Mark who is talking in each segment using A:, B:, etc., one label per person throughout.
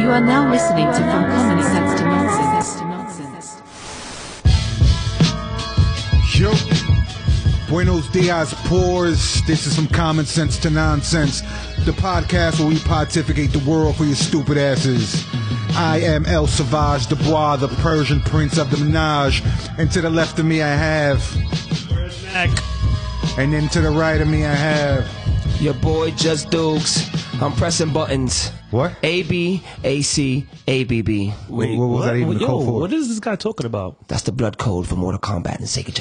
A: You are now listening to From Common Sense to Nonsense.
B: Yo. Buenos dias, pores. This is from common sense to nonsense. The podcast where we pontificate the world for your stupid asses. I am El Savage Dubois, the Persian prince of the menage. And to the left of me, I have. And then to the right of me, I have.
C: Your boy Just Dukes. I'm pressing buttons.
B: What?
C: A B A C A B B.
B: Wait, what was that even
D: Yo,
B: code for?
D: what is this guy talking about?
C: That's the blood code for Mortal Kombat and Sega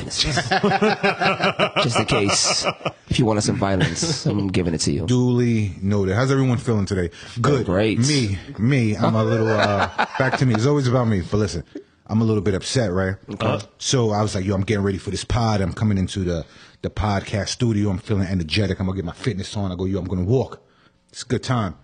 C: Genesis. Just in case, if you want us some violence, I'm giving it to you.
B: Duly noted. How's everyone feeling today? Good.
C: Great.
B: Me, me. I'm a little uh, back to me. It's always about me. But listen, I'm a little bit upset, right? Uh, So I was like, yo, I'm getting ready for this pod. I'm coming into the the podcast studio. I'm feeling energetic. I'm gonna get my fitness on. I go, yo, I'm gonna walk. It's a good time.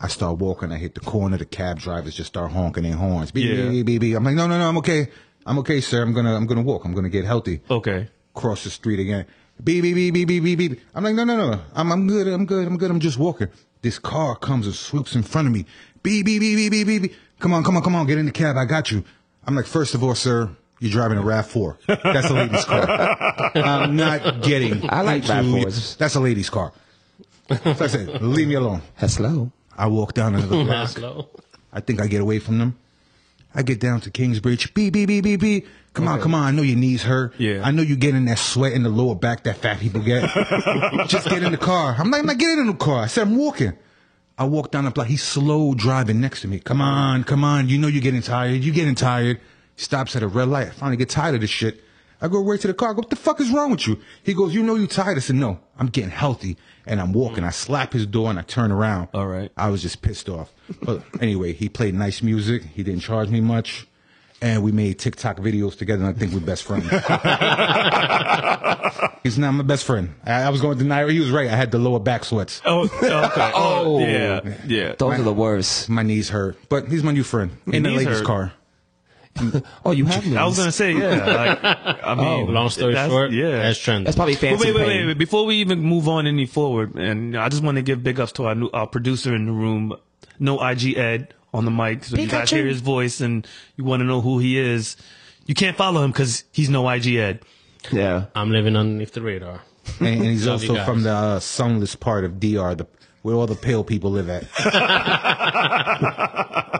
B: I start walking. I hit the corner. The cab drivers just start honking their horns. Beep,
D: Yeah.
B: beep, beep, beep, beep. I'm like, no, no, no. I'm okay. I'm okay, sir. I'm gonna I'm gonna walk. I'm gonna get healthy
D: Okay.
B: cross the street again. Beep, beep, beep, beep, beep, beep, beep. I'm like, no, no, no. I'm, I'm good. I'm good. I'm good. I'm just walking. This car comes and swoops in front of me. Beep, beep, beep, beep, beep, beep, beep. Come on, come on, come on. Get in the cab. I got you. I'm like, first of all, sir, you're driving a RAV4. That's a lady's car. I'm not getting.
C: I like
B: into-
C: RAV4s.
B: That's a lady's car. So I said, leave me alone.
C: That's low.
B: I walk down another block. I think I get away from them. I get down to Kingsbridge. Beep, beep, beep, beep, beep. Come on, come on. I know your knees hurt.
D: Yeah.
B: I know you getting that sweat in the lower back that fat people get. Just get in the car. I'm not, I'm not getting in the car. I said, I'm walking. I walk down the block. He's slow driving next to me. Come on, come on. You know you're getting tired. You're getting tired. He stops at a red light. I finally get tired of this shit. I go right to the car. I go, what the fuck is wrong with you? He goes, you know you tired. I said, no, I'm getting healthy and I'm walking. I slap his door and I turn around.
D: All right.
B: I was just pissed off. But anyway, he played nice music. He didn't charge me much. And we made TikTok videos together, and I think we're best friends. He's not my best friend. I, I was going to deny it. He was right. I had the lower back sweats.
D: Oh, okay.
C: Oh.
D: yeah, yeah.
C: Those are the worst.
B: My knees hurt. But he's my new friend in the
D: knees
B: lady's
D: hurt.
B: car.
C: Oh, you have me.
D: I was gonna say, yeah. Like, I mean,
E: Long story
D: that's-
E: short,
D: yeah.
E: that's trending.
C: That's probably
D: But
C: fancy
D: wait, wait,
C: pain.
D: wait, wait. Before we even move on any forward, and I just want to give big ups to our new our producer in the room, no IG Ed on the mic. So you guys
C: Pikachu.
D: hear his voice, and you want to know who he is. You can't follow him because he's no IG Ed.
C: Yeah.
E: I'm living underneath the radar.
B: And, and he's
E: Love you
B: also
E: guys.
B: from the uh, sunless part of DR, the, where all the pale people live at.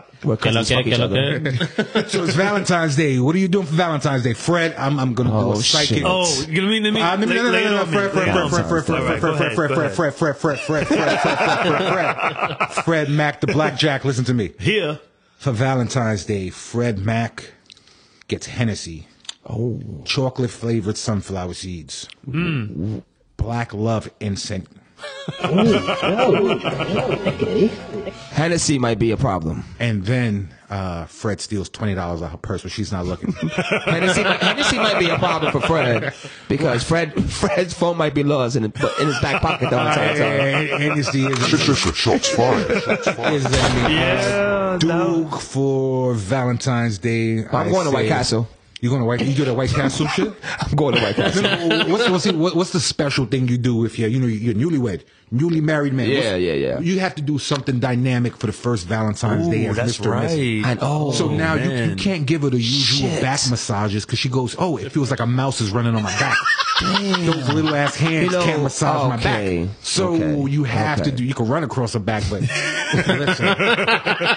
C: We're
E: Que lo
C: cousins,
E: que,
C: fuck
E: que
C: each
E: lo
C: other.
E: que.
B: so it's Valentine's Day. What are you doing for Valentine's Day? Fred, I'm, I'm going to
C: Oh,
B: do a psychic.
C: shit.
D: Oh, you know what I mean? I mean,
B: Uh, no,
D: lay-
B: no, no,
D: lay it
B: no, no,
D: on me,
B: Fred,
D: lay it
B: Fred,
D: on
B: Fred,
D: me.
B: Fred,
D: All right,
B: Fred, Fred, Fred, Fred,
D: go ahead, go ahead.
B: Fred, Fred, Fred, Fred, Fred, Fred, Fred, Fred, Fred, Fred. Fred Mac, the blackjack, listen to me.
D: Here,
B: For Valentine's Day, Fred Mac gets Hennessy,
C: Oh,
B: chocolate flavored sunflower seeds, black love incense.
C: Hennessy might be a problem.
B: And then uh, Fred steals twenty dollars out of her purse when she's not looking.
C: Hennessy, Hennessy might be a problem for Fred because Fred Fred's phone might be lost in, in his back pocket the entire time.
B: Hennessy is,
F: Shots fired. Shots fired.
B: is an
D: Yeah,
B: Duke for Valentine's Day.
C: I'm
B: I
C: going to White
B: say-
C: Castle.
B: You going to White? You do that White Castle shit?
C: I'm going to White Castle.
B: what's, what's, what- what's the special thing you do if you're, you know, you're newlywed, newly married man?
C: Yeah,
B: What's-
C: yeah, yeah.
B: You have to do something dynamic for the first Valentine's Day
D: Ooh,
B: as
D: that's
B: Mr. and Mrs.
D: right.
C: And oh,
B: So now you, you
D: man.
B: can't give her the usual
C: Shit.
B: back massages because she goes, oh, it feels like a mouse is running on my back. Those little ass hands
C: You know,
B: can't massage my
C: okay,
B: back. So
C: okay,
B: you have to
C: okay.
B: do, you can run across her back, but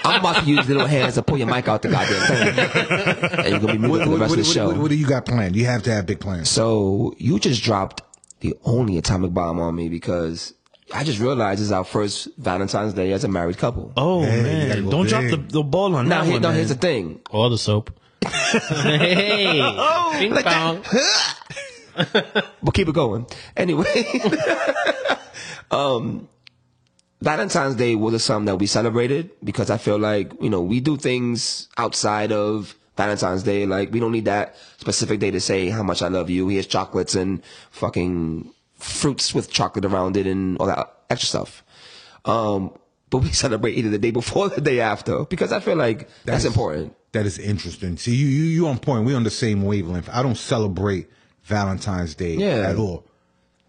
C: I'm about to use little hands to pull your mic out the goddamn thing, and you're gonna be
B: what,
C: muted for the
B: what,
C: rest
B: what-
C: of the show.
B: what- what do you got planned? You have to have big plans.
C: so you just dropped the only atomic bomb on me because I just realized it's our first Valentine's Day as a married couple.
D: Oh
B: you gotta
D: man,
B: go
D: don't drop
B: big.
D: the, the ball on
C: now,
D: that
C: here,
D: one.
C: now
D: man.
C: here's the thing.
E: All the soap. hey, ping pong.
C: But keep it going. Anyway, um, Valentine's Day was a something that we celebrated because I feel like, you know, we do things outside of Valentine's Day. Like, we don't need that specific day to say how much I love you. Here's chocolates and fucking fruits with chocolate around it and all that extra stuff. Um, but we celebrate either the day before or the day after because I feel like that's
B: is-
C: important.
B: That is interesting. See, you, you, you on point. We're on the same wavelength. I don't celebrate Valentine's Day
C: Yeah.
B: at all.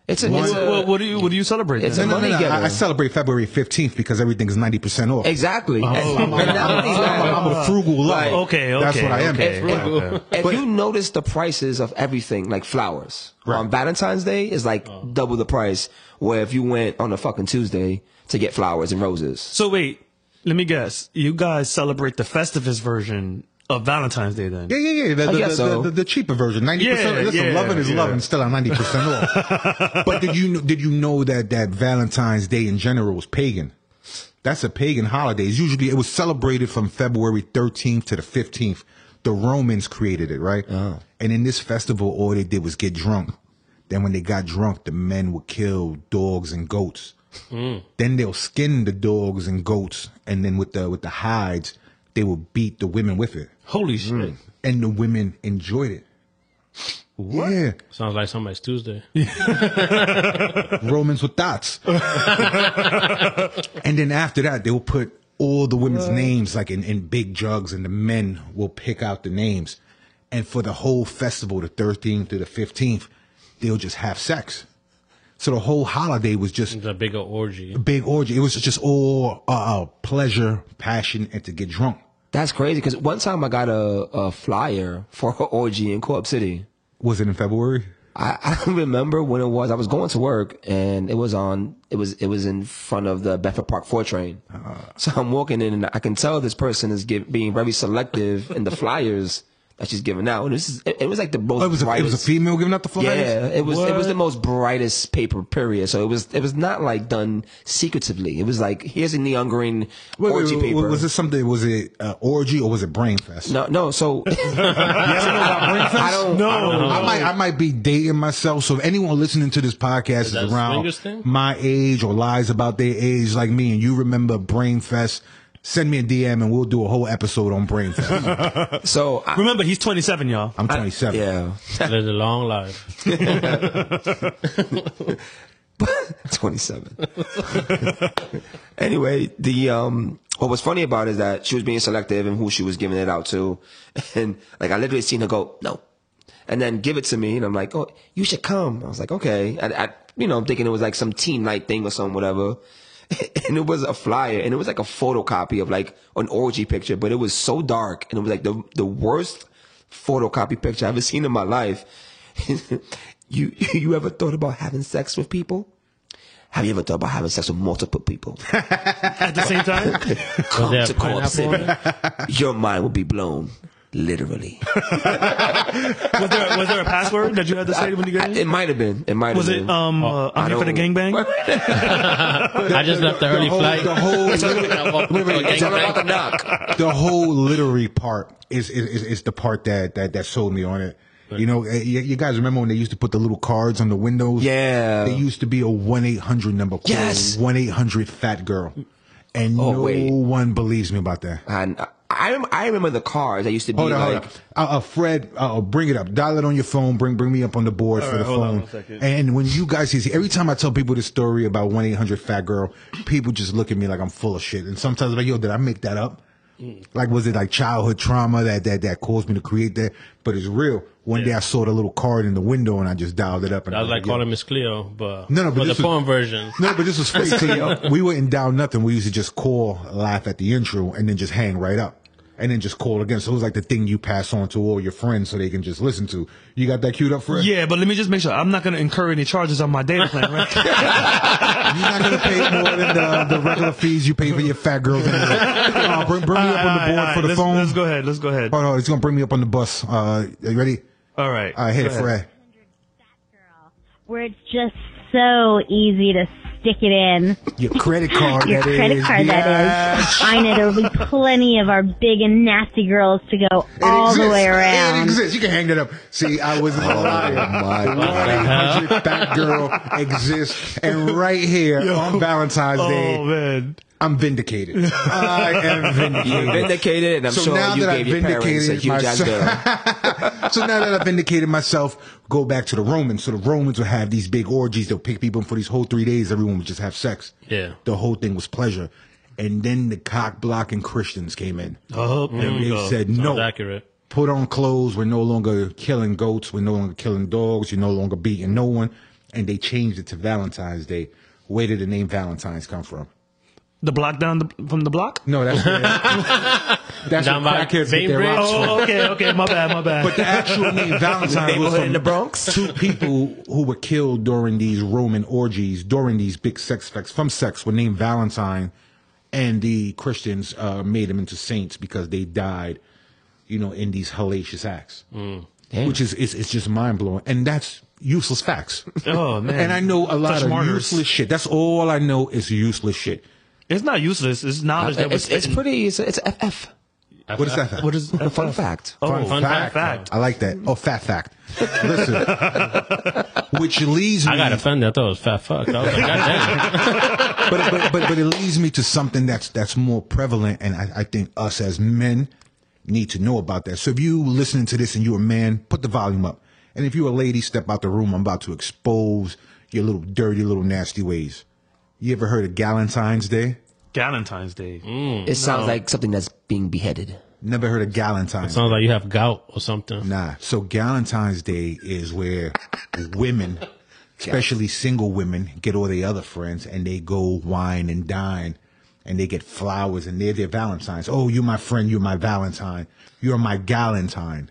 C: It's a,
D: What,
C: it's a-
D: what, what do you what do you celebrate?
C: It's
D: then?
C: a
B: No, no,
C: money
B: no,
C: getter.
B: I, I celebrate February 15th because everything's 90% off.
C: exactly.
B: I'm, I'm- I'm a frugal lover.
C: Right.
D: Okay,
B: That's
D: okay,
B: what I am.
D: okay.
C: If,
D: Wow.
C: if you notice the prices of everything, like flowers, on Valentine's Day is like
B: Oh.
C: double the price. Where if you went on a fucking Tuesday to get flowers and roses,
D: So wait, let me guess. You guys celebrate the Festivus version of Valentine's Day then?
B: Yeah, yeah, yeah. The, the,
C: guess
B: the,
C: so.
B: the, the cheaper version, ninety
D: Yeah,
B: percent. Listen,
D: yeah,
B: loving is
D: yeah.
B: loving, still at ninety percent off. but did you kn- did you know that that Valentine's Day in general is pagan? That's a pagan holiday. It's usually it was celebrated from February thirteenth to the fifteenth. The Romans created it, right?
D: Oh.
B: And in this festival, all they did was get drunk. Then when they got drunk, the men would kill dogs and goats.
D: Hmm.
B: Then they'll skin the dogs and goats, and then with the with the hides, they will beat the women with it Hmm.
D: Holy shit.
B: and the women enjoyed it. What? Yeah,
E: Sounds like somebody's Tuesday.
B: Romans with dots. and then after that, they will put all the women's names like in, in big jugs, and the men will pick out the names. And for the whole festival, the 13th to the 15th, they'll just have sex. So the whole holiday was just
E: It's a big old orgy.
B: big orgy. It was just all uh, uh, pleasure, passion, and to get drunk.
C: that's crazy. Because one time I got a, a flyer for an orgy in Co-op City.
B: Was it in February?
C: I, I don't remember when it was. I was going to work and it was on, it was, it was in front of the Bedford Park 4 train.
B: Uh-huh.
C: So I'm walking in and I can tell this person is give, being very selective in the flyers that she's giving out. And this is, it, it was like the most
B: Oh, it was a, it was a
C: brightest.
B: female giving out the flyers.
C: yeah, it was it was the most brightest paper period. So it was it was not like done secretively. It was like here's a neon green
B: Wait, wait,
C: orgy
B: wait,
C: paper.
B: Was it something? Was it uh, orgy or was it brain fest?
C: no, no. So I don't.
D: No.
C: I don't
E: Uh-huh.
B: I might I might be dating myself. So if anyone listening to this podcast is,
E: that a
B: around
E: swingers thing?
B: my age or lies about their age like me, and you remember Brain Fest, send me a DM and we'll do a whole episode on Brain Fest.
C: So I,
D: Remember, he's 27, y'all.
B: I'm 27.
C: yeah,
E: Live a long life.
C: twenty seven. anyway, the um, what was funny about it is that she was being selective in who she was giving it out to, and like I literally seen her go no, and then give it to me, and I'm like, oh, you should come. I was like, okay, I, I you know, I'm thinking it was like some teen night thing or something, whatever. And it was a flyer, and it was like a photocopy of like an orgy picture, but it was so dark, and it was like the the worst photocopy picture I've ever seen in my life. you you ever thought about having sex with people? Have you ever thought about having sex with multiple people?
D: At the same time?
E: Was
C: Come
E: there
C: to
E: a pineapple
C: Co-op
E: on
C: City.
E: it?
C: Your mind will be blown, literally.
D: was, there, was there a password that you had to say when you
C: I-
D: got
C: it
D: in?
C: might have been. It might
D: Was
C: have
D: it,
B: Mm-hmm.
C: been.
D: um,
B: Oh,
D: uh, I'm here for the gangbang?
E: I just left the early
B: whole,
E: flight.
B: The whole,
C: It's all about the
E: Gangbang.
C: knock.
B: the whole literary part is is, is is the part that, that that sold me on it. You know, eh, you, you guys remember when they used to put the little cards on the windows?
C: Yeah.
B: There used to be a 1 800 number called
C: Yes.
B: 1 800 Fat Girl. And
C: Oh,
B: no
C: wait.
B: one believes me about that.
C: And I- I, rem- I remember the cars. I used to be
B: Hold on,
C: like,
B: hold on. Uh, uh, Fred, uh, uh, bring it up. Dial it on your phone. Bring bring me up on the board for the
D: hold on
B: phone.
D: one second.
B: and when you guys see, every time I tell people this story about 1 800 Fat Girl, people just look at me like I'm full of shit. And sometimes I'm like, yo, did I make that up?
D: Mm.
B: Like, was it like childhood trauma that, that, that caused me to create that? But it's real. One day I saw the little card in the window and I just dialed it up. And
E: I was like
B: yo.
E: calling Miss Cleo, but
B: No, no, but
E: for the
B: this was-
E: porn version.
B: No, but this was free. So we wouldn't down nothing. We used to just call live at the intro and then just hang right up. And then just call again. So it was like the thing you pass on to all your friends so they can just listen to. You got that queued up, Fred?
D: Yeah, but let me just make sure. I'm not going to incur any charges on my data plan, right?
B: You're not going to pay more than the, the regular fees you pay for your fat girls. Anyway. Uh, bring, bring me up on the board for the
D: let's,
B: phone.
D: Let's go ahead. Let's go ahead.
B: Hold on, it's going to bring me up on the bus. Uh, you ready?
D: All right.
B: All right, hit it,
D: Go ahead.
B: Fred.
G: girl, where it's just so easy to stick it in.
B: Your credit card,
G: Your
B: that is.
G: credit card, that
B: Yeah.
G: is. I know there'll be plenty of our big and nasty girls to go
B: It
G: all the
B: exists.
G: way
B: It
G: around.
B: exists. You can hang that up. See, I was
D: Oh,
B: a liar.
C: my
B: The 1-800 Fat Girl exists. And right here on Valentine's
D: Oh,
B: Day,
D: man.
B: I'm vindicated. I am vindicated.
C: you vindicated, and I'm
B: So
C: sure
B: now
C: you
B: that
C: gave
B: I
C: your parents a
B: vindicated
C: huge ass
B: myself-
C: bill.
B: so now that I've vindicated myself, go back to the Romans. So the Romans would have these big orgies. They'll pick people up for these whole three days. Everyone would just have sex.
E: Yeah.
B: The whole thing was pleasure. And then the cock blocking Christians came in.
D: Oh, there
B: and
E: Mm,
D: we
B: they
D: go.
B: said,
E: Sounds
B: no,
E: accurate.
B: put on clothes. We're no longer killing goats. We're no longer killing dogs. You're no longer beating no one. and they changed it to Valentine's Day. Where did the name Valentine's come from?
D: The block down the, from the block?
B: No, that's where, that's where
E: Down by
B: crackheads get their
E: Bainbridge?
B: rocks from.
D: Oh, okay, okay. My bad, my bad.
B: But the actual name Valentine was
C: Neighborhood
B: from
C: in the Bronx?
B: Two people who were killed during these Roman orgies, during these big sex fest from sex, were named Valentine, and the Christians uh, made them into saints because they died, you know, in these hellacious acts,
D: Mm.
B: which is it's, it's just mind blowing, and that's useless facts.
D: oh man.
B: And I know a lot
D: Such
B: of
D: martyrs.
B: useless shit. That's all I know is useless shit.
D: It's not useless. It's knowledge that was
C: It's, it's pretty. It's, it's FF.
B: What is that?
D: What is
C: Fun fact.
D: Oh,
B: Fun fact.
D: fact.
B: I like that. Oh, fat fact. Listen, which leads me.
E: I got offended. I thought it was fat fuck. I was like, God
B: but, but, but, but it leads me to something that's that's more prevalent, and I, I think us as men need to know about that. So if you listening to this and you're a man, put the volume up, and if you're a lady, step out the room. I'm about to expose your little dirty, little nasty ways. You ever heard of Galentine's Day?
D: Valentine's Day.
C: It sounds like something that's being beheaded.
B: Never heard of Galentine's.
E: Sounds like you have gout or something.
B: Nah. So Galentine's Day is where women, especially single women, get all their other friends and they go wine and dine and they get flowers and they're their Valentines. Oh, you're my friend, you're my Valentine. You're my Galentine.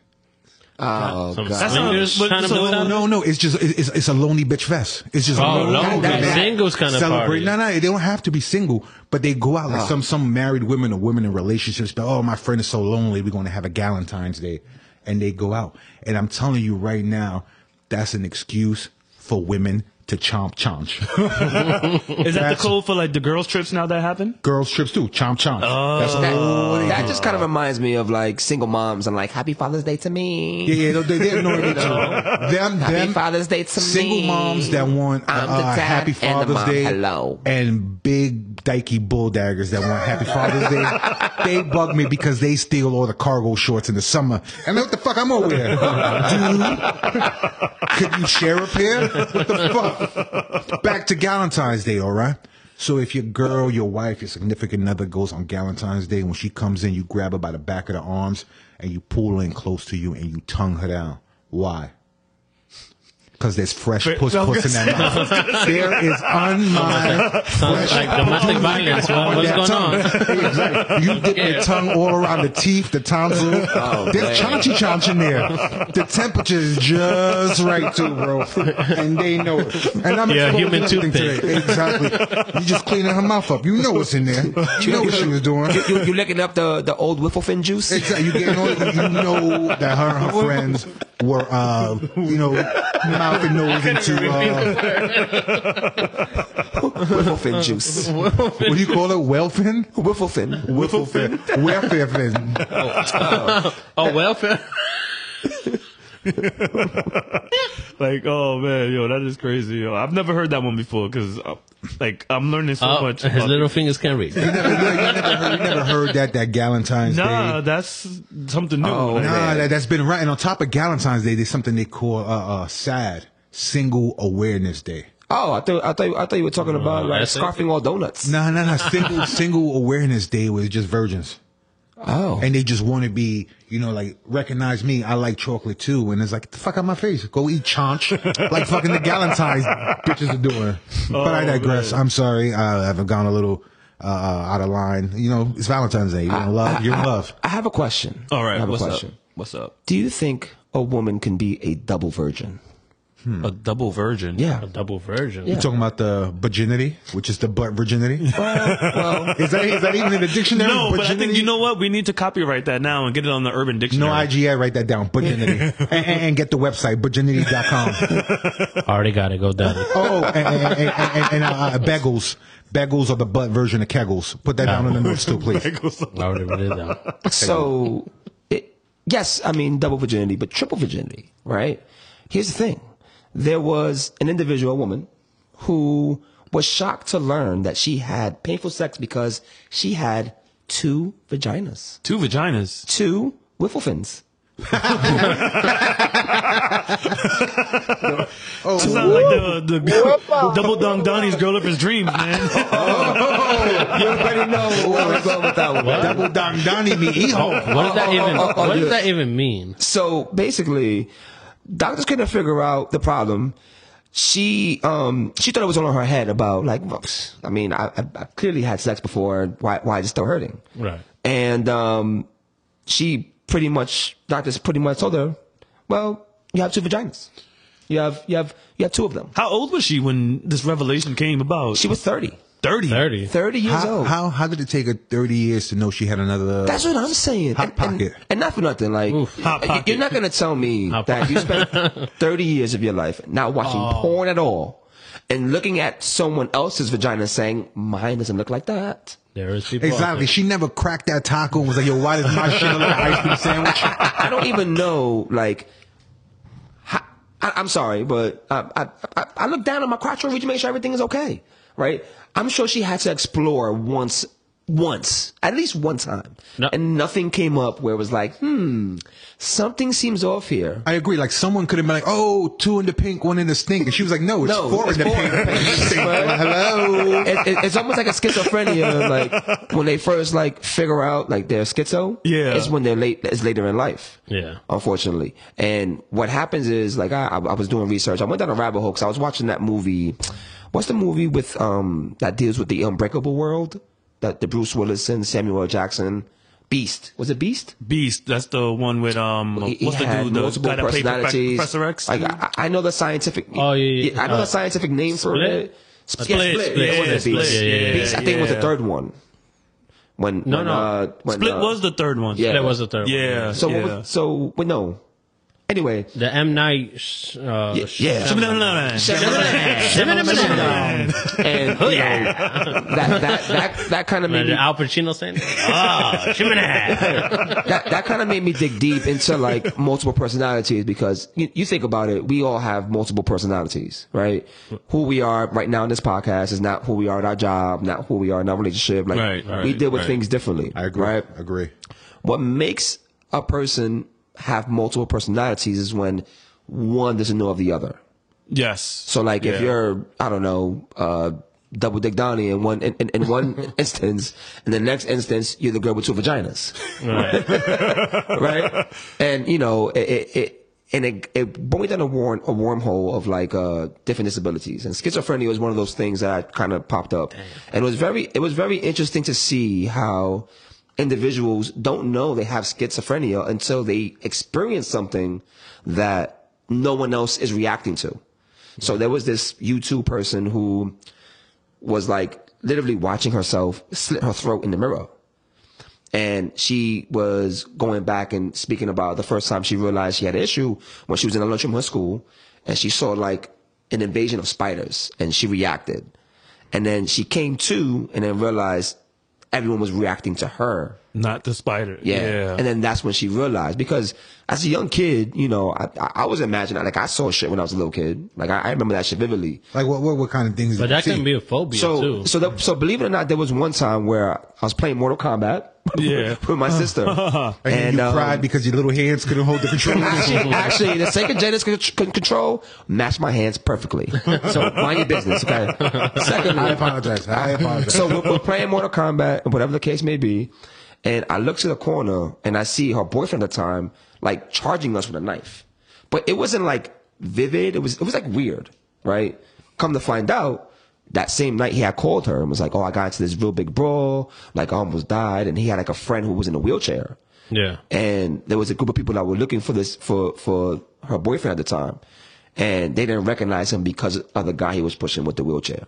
C: Oh
E: Some
C: god.
D: That's not-
E: swingers
D: but-
E: trying to
D: so-
E: build out.
B: Oh, No, no, it's just it- it's, it's a lonely bitch fest. It's just
E: Oh, lonely.
B: bitch.
E: Singles kinda
B: celebrate.
E: party.
B: No, no, they don't have to be single, but they go out like some some married women or women in relationships. That, oh, my friend is so lonely. We're going to have a Galentine's Day, and they go out. And I'm telling you right now, that's an excuse for women to chomp chomp.
D: Is that the
B: That's-
D: code for like the girls' trips now that happen?
B: Girls trips too. Chomp chomp.
E: Oh,
B: that's
C: That, that just kind of reminds me of like single moms and like Happy Father's Day to me.
B: Yeah, yeah, they, they annoy me too. Them,
C: Happy
B: them
C: Father's Day to
B: single
C: me.
B: moms that want uh,
C: I'm the
B: uh,
C: dad
B: Happy
C: and
B: Father's
C: the mom.
B: Day.
C: Hello.
B: And big dykey bulldaggers that want Happy Father's Day. They bug me because they steal all the cargo shorts in the summer. And what the fuck I'm over here, dude? Could you share a pair? What the fuck? Back to Valentine's Day, all right? So if your girl, your wife, your significant other goes on Valentine's Day, when she comes in, you grab her by the back of the arms and you pull her in close to you and you tongue her down. Why? Because there's fresh
D: Fre-
B: puss
D: I was
B: puss in
D: gonna
B: that mouth. There is unmined
E: Sounds like domestic violence. What-
B: on
E: what's
B: that
E: going
B: tongue.
E: on?
B: Exactly. You dip your tongue all around the teeth, the
E: Oh,
B: tonsil. There's chaunchy chaunch in there. The temperature is just right too, bro. And they know it. And I'm
E: Yeah,
B: exposed
E: human
B: to everything
E: toothpick.
B: today. Exactly. You just cleaning her mouth up. You know what's in there. You know what she was doing.
C: You, you, you licking up the, the old Whifflefin juice?
B: Exactly. You getting all, you know that her and her friends were, uh, you know, mouth and nose into, uh,
C: Whifflefin juice.
B: what do you call it? Welfin?
C: Whifflefin.
B: Whifflefin. Welfarefin.
E: Oh, welfare.
D: Like, oh man, yo, that is crazy. Yo, I've never heard that one before because, uh, like, I'm learning so
E: Oh,
D: much.
E: his
D: about-
E: little fingers can reach.
B: You never, you never heard, you never heard that, that Galentine's Day.
D: nah, that's something new.
C: Oh,
D: Like,
B: Nah,
C: man.
B: that, that's been right. And on top of Galentine's Day, there's something they call uh, uh, SAD, Single Awareness Day.
C: Oh, I thought I thought you, I thought you were talking about like
E: that's it.
C: scarfing all donuts.
B: No, no, no. Single Single Awareness Day was just virgins,
C: Oh,
B: and they just want to be, you know, like recognize me. I like chocolate too, and it's like get the fuck out my face. Go eat chaunch, like fucking the Galentine's bitches are doing. but
C: Oh,
B: I digress. I'm sorry. Uh, I've gone a little uh, uh, out of line. You know, it's Valentine's Day. You're in love. You're in love.
C: I have a question.
D: All
C: I
D: right,
C: have
D: what's
C: a
D: up?
C: question.
D: What's up?
C: Do you think a woman can be a double virgin?
D: A double virgin.
E: A
C: Hmm. Yeah.
E: double virgin.
B: You talking about the virginity, which is the butt virginity?
C: well,
B: Is that is that even in the dictionary?
D: No, but I think
B: Virginity?
D: you know what? We need to copyright that now and get it on the Urban Dictionary.
B: No IGA, write that down. Virginity. and, and, and get the website, virginity.com.
E: Already got to go down.
B: Oh, and, and, and, and, and, and uh, uh, bagels. Bagels are the butt version of kegels. Put that down on the notes too, please.
E: Already wrote it down.
C: so it, yes, I mean double virginity, but triple virginity, right? Here's the thing: there was an individual, a woman, who was shocked to learn that she had painful sex because she had two vaginas,
D: Two vaginas.
C: two wiffle fins.
D: That sounds like the, the double dong Donnie's girl of his dreams, man.
C: You already know where we're going with that one.
B: Double dong Donnie me eho.
E: What does that even?
C: oh, oh,
E: What
C: yeah.
E: does that even mean?
C: So basically, doctors couldn't figure out the problem. she um she thought it was on her head about like well, pfft, I mean I, I, I clearly had sex before why why is it still hurting
H: Right.
C: and um she pretty much doctors pretty much told her well you have two vaginas you have you have you have two of them
D: How old was she when this revelation came about?
C: she was 30
D: 30.
H: 30.
C: 30 years
B: How,
C: old
B: how how did it take her 30 years to know she had another?
C: That's what I'm saying.
B: Hot
C: and, and-
B: pocket.
C: And, not for nothing, like
D: hot
C: y-
D: pocket.
C: you're not gonna tell me
H: Hot
C: that you spent 30 years of your life not watching porn at all and looking at someone else's vagina, saying mine doesn't look like that.
H: There is people. out
B: exactly. She never cracked that taco and was like, "Yo, why does my shit look like an ice cream sandwich?"
C: I don't even know, like. ho- I, am sorry, but uh, I, I I look down at my crotch region, make sure everything is okay, right? I'm sure she had to explore once, once, at least one time,
H: No.
C: and nothing came up where it was like, hmm, something seems off here.
B: I agree. Like someone could have been like, "Oh, two in the pink, one in the stink," and she was like, "No, it's
C: No,
B: four
C: it's
B: in the
C: four.
B: pink." Stink.
C: Right.
B: Hello.
C: it, it- it's almost like a schizophrenia. Like when they first like figure out like they're schizo.
D: Yeah.
C: it's when they're late. It's later in life.
H: Yeah.
C: unfortunately. And what happens is like I, I I was doing research. I went down a rabbit hole because I was watching that movie. What's the movie with um that deals with the unbreakable world? That the Bruce Willis and Samuel L. Jackson. Beast was it Beast?
D: Beast. That's the one with, um,
C: He- he
D: what's the
C: had
D: dude? The
C: multiple
D: guy that played Profe-
C: personalities.
D: Professor X?
C: Like, I, I know the scientific.
H: Oh, yeah, yeah,
C: I know
H: uh,
C: the scientific name for
H: Split?
C: it. Split,
H: Split, Split,
C: It wasn't
H: Split,
C: Beast.
H: yeah, yeah, yeah,
C: Beast, I think was the
D: yeah.
C: third one. When
H: No,
C: when,
H: no.
C: uh, when,
D: Split
C: uh,
D: was the third one.
C: yeah.
H: There was a third one.
D: Yeah.
C: So
D: yeah.
C: what was, so wait, no. Anyway,
H: The M Night. sh- Uh,
C: yeah. yeah.
H: Shyamalan.
C: and you know, that, that that that kind of made me
H: Imagine Al Pacino saying, "Ah, Shyamalan."
C: that, that kind of made me dig deep into like multiple personalities because you, you think about it, we all have multiple personalities, right? Who we are right now in this podcast is not who we are at our job, not who we are in our relationship. Like
D: Right,
C: we
D: right,
C: deal with
D: right.
C: things differently.
B: I agree.
C: Right?
B: I agree.
C: What makes a person have multiple personalities is when one doesn't know of the other.
D: Yes.
C: So like if
D: Yeah.
C: you're I don't know uh, double dick Donnie in one in, in, in one instance, in the next instance you're the girl with two vaginas, right? And you know it. it, it and it, it brought me down a, warm, a wormhole of like uh, different disabilities, and schizophrenia was one of those things that kind of popped up, and it was very it was very interesting to see how individuals don't know they have schizophrenia until they experience something that no one else is reacting to. So there was this YouTube person who was like literally watching herself slit her throat in the mirror. And she was going back and speaking about the first time she realized she had an issue when she was in the lunchroom at her school and she saw like an invasion of spiders and she reacted. And then she came to and then realized everyone was reacting to her.
D: Not the spider.
C: Yeah.
D: Yeah.
C: And then that's when she realized because as a young kid, you know, I, I, I was imagining like I saw shit when I was a little kid. Like I, I remember that shit vividly.
B: Like what what, what kind of things?
H: But
B: did you
H: that can
B: see?
H: be a phobia
C: So,
H: too.
C: so, that, so believe it or not, there was one time where I was playing Mortal Kombat
D: Yeah.
C: with my sister, and,
B: And, you
C: um,
B: cried because your little hands couldn't hold the controls.
C: Actually, actually, the second Jada's c- c- control matched my hands perfectly. So mind your business, okay? Secondly,
B: I apologize. I apologize.
C: so we're, we're playing Mortal Kombat, and whatever the case may be, and I look to the corner and I see her boyfriend at the time like charging us with a knife, but it wasn't like vivid. It was it was like weird, right? Come to find out. That same night, he had called her and was like, "Oh, I got into this real big brawl, like I almost died." And he had like a friend who was in a wheelchair,
H: yeah.
C: and there was a group of people that were looking for this for for her boyfriend at the time, and they didn't recognize him because of the guy he was pushing with the wheelchair.